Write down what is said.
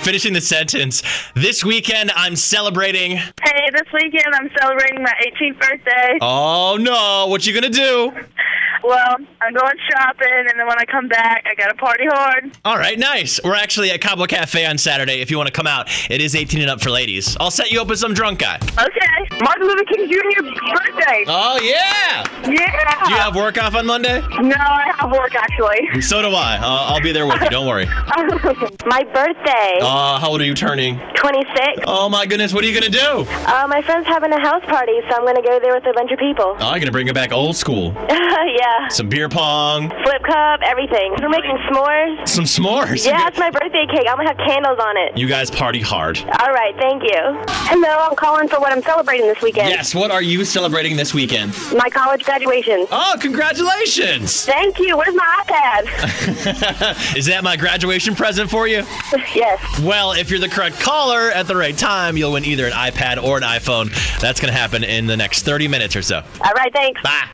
finishing the sentence. This weekend, I'm celebrating. Hey, this weekend I'm celebrating my 18th birthday. Oh no, what you gonna do? Well, I'm going shopping, and then when I come back, I gotta party hard. All right, nice. We're actually at Cabo Cafe on Saturday. If you want to come out, it is 18 and up for ladies. I'll set you up with some drunk guy. Okay. Martin Luther King Jr. 's birthday. Oh yeah. yeah. Do you have work off on Monday? no, I have work actually. So do I. Uh, I'll be there with you. Don't worry. My birthday, Uh, how old are you turning? 26. Oh my goodness, what are you gonna do? Oh, Uh, my friend's having a house party, so I'm going to go there with a bunch of people. Oh, I'm gonna bring it back old school. yeah. Some beer pong, Flip cup, everything. We're making s'mores. some s'mores. Yeah, it's my birthday cake. I'm going to have candles on it. You guys party hard. All right, thank you. Hello, I'm calling for what I'm celebrating this weekend. Yes, what are you celebrating this weekend? My college graduation. Oh, congratulations! Thank you. Where's my iPad? Is that my graduation present for you? yes. Well, if you're the correct caller at the right time, you'll win either an iPad or an iPhone. That's going to happen in the next 30 minutes or so. All right, thanks. Bye.